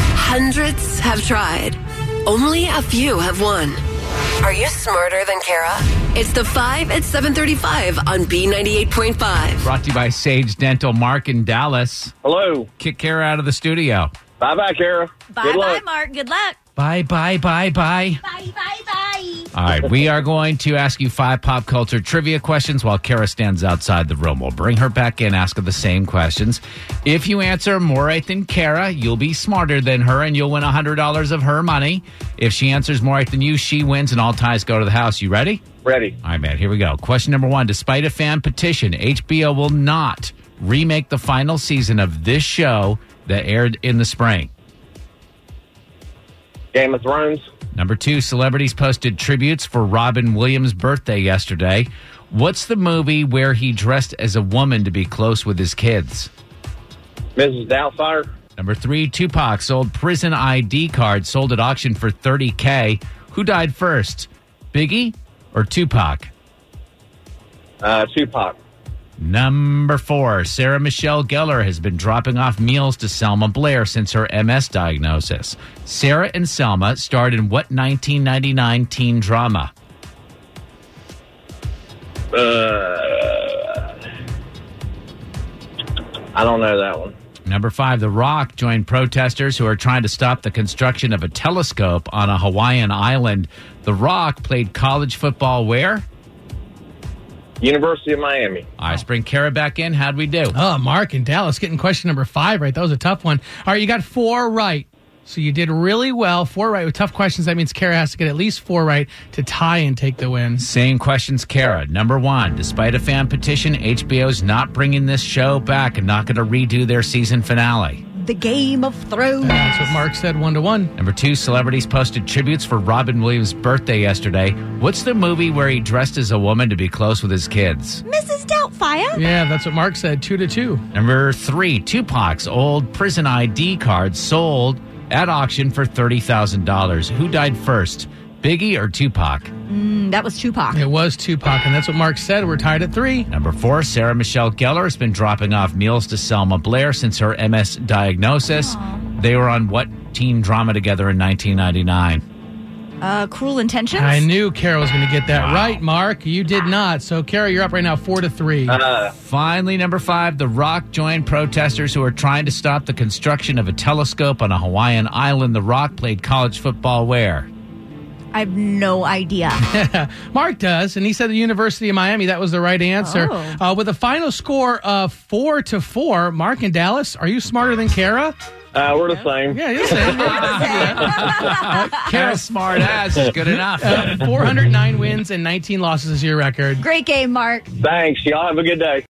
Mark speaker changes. Speaker 1: Hundreds have tried. Only a few have won. Are you smarter than Kara? It's the 5 at 735 on B98.5.
Speaker 2: Brought to you by Sage Dental, Mark in Dallas.
Speaker 3: Hello.
Speaker 2: Kick Kara out of the studio.
Speaker 3: Bye bye, Kara.
Speaker 4: Bye
Speaker 3: Good
Speaker 4: bye,
Speaker 3: luck.
Speaker 4: Mark. Good luck.
Speaker 2: Bye, bye, bye, bye.
Speaker 4: Bye bye bye.
Speaker 2: All right, we are going to ask you five pop culture trivia questions while Kara stands outside the room. We'll bring her back in, ask her the same questions. If you answer more right than Kara, you'll be smarter than her and you'll win $100 of her money. If she answers more right than you, she wins and all ties go to the house. You ready?
Speaker 3: Ready.
Speaker 2: All right, man, here we go. Question number one. Despite a fan petition, HBO will not remake the final season of this show that aired in the spring.
Speaker 3: Game of Thrones.
Speaker 2: Number two, celebrities posted tributes for Robin Williams' birthday yesterday. What's the movie where he dressed as a woman to be close with his kids?
Speaker 3: Mrs. Doubtfire.
Speaker 2: Number three, Tupac sold prison ID card sold at auction for 30K. Who died first, Biggie or Tupac?
Speaker 3: Uh, Tupac.
Speaker 2: Number four, Sarah Michelle Gellar has been dropping off meals to Selma Blair since her MS diagnosis. Sarah and Selma starred in what 1999 teen drama?
Speaker 3: Uh, I don't know that one.
Speaker 2: Number five, The Rock joined protesters who are trying to stop the construction of a telescope on a Hawaiian island. The Rock played college football where?
Speaker 3: University of Miami.
Speaker 2: I spring Kara back in. How'd we do?
Speaker 5: Oh, Mark in Dallas getting question number five right. That was a tough one. All right, you got four right. So you did really well. Four right with tough questions. That means Kara has to get at least four right to tie and take the win.
Speaker 2: Same questions, Kara. Number one, despite a fan petition, HBO's not bringing this show back and not going to redo their season finale.
Speaker 4: The Game of Thrones.
Speaker 5: That's what Mark said, one to one.
Speaker 2: Number two, celebrities posted tributes for Robin Williams' birthday yesterday. What's the movie where he dressed as a woman to be close with his kids?
Speaker 4: Mrs. Doubtfire.
Speaker 5: Yeah, that's what Mark said, two to two.
Speaker 2: Number three, Tupac's old prison ID card sold at auction for $30,000. Who died first, Biggie or Tupac?
Speaker 4: Mm, that was Tupac.
Speaker 5: It was Tupac, and that's what Mark said. We're tied at three.
Speaker 2: Number four, Sarah Michelle Gellar has been dropping off meals to Selma Blair since her MS diagnosis. They were on what teen drama together in 1999?
Speaker 4: Uh, cruel Intentions.
Speaker 5: I knew Kara was going to get that
Speaker 2: Wow.
Speaker 5: right, Mark. You did not. So, Kara, you're up right now, four to three.
Speaker 3: Uh,
Speaker 2: Finally, number five, The Rock joined protesters who are trying to stop the construction of a telescope on a Hawaiian island. The Rock played college football where?
Speaker 4: I have no idea.
Speaker 5: Mark does, and he said the University of Miami. That was the right answer.
Speaker 4: Oh.
Speaker 5: Uh, with a final score of four to four, Mark and Dallas, are you smarter than Kara?
Speaker 3: uh, we're the same.
Speaker 5: Yeah, you're saying
Speaker 2: Kara Smart Ass is good enough.
Speaker 5: Uh, 409 wins and 19 losses is your record.
Speaker 4: Great game, Mark.
Speaker 3: Thanks. Y'all have a good day.